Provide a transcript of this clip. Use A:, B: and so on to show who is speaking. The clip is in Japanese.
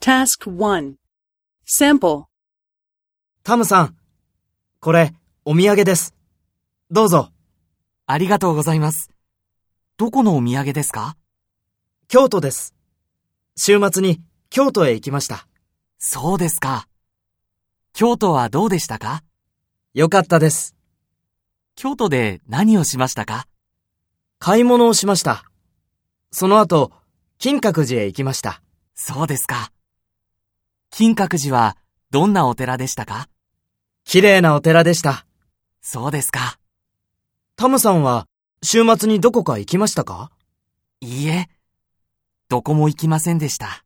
A: Task 1. Sample.
B: タムさん、これ、お土産です。どうぞ、
C: ありがとうございます。どこのお土産ですか
B: 京都です。週末に京都へ行きました。
C: そうですか。京都はどうでしたか
B: よかったです。
C: 京都で何をしましたか
B: 買い物をしました。その後、金閣寺へ行きました。
C: そうですか。金閣寺はどんなお寺でしたか
B: 綺麗なお寺でした。
C: そうですか。
B: タムさんは、週末にどこか行きましたか
C: いいえ、どこも行きませんでした。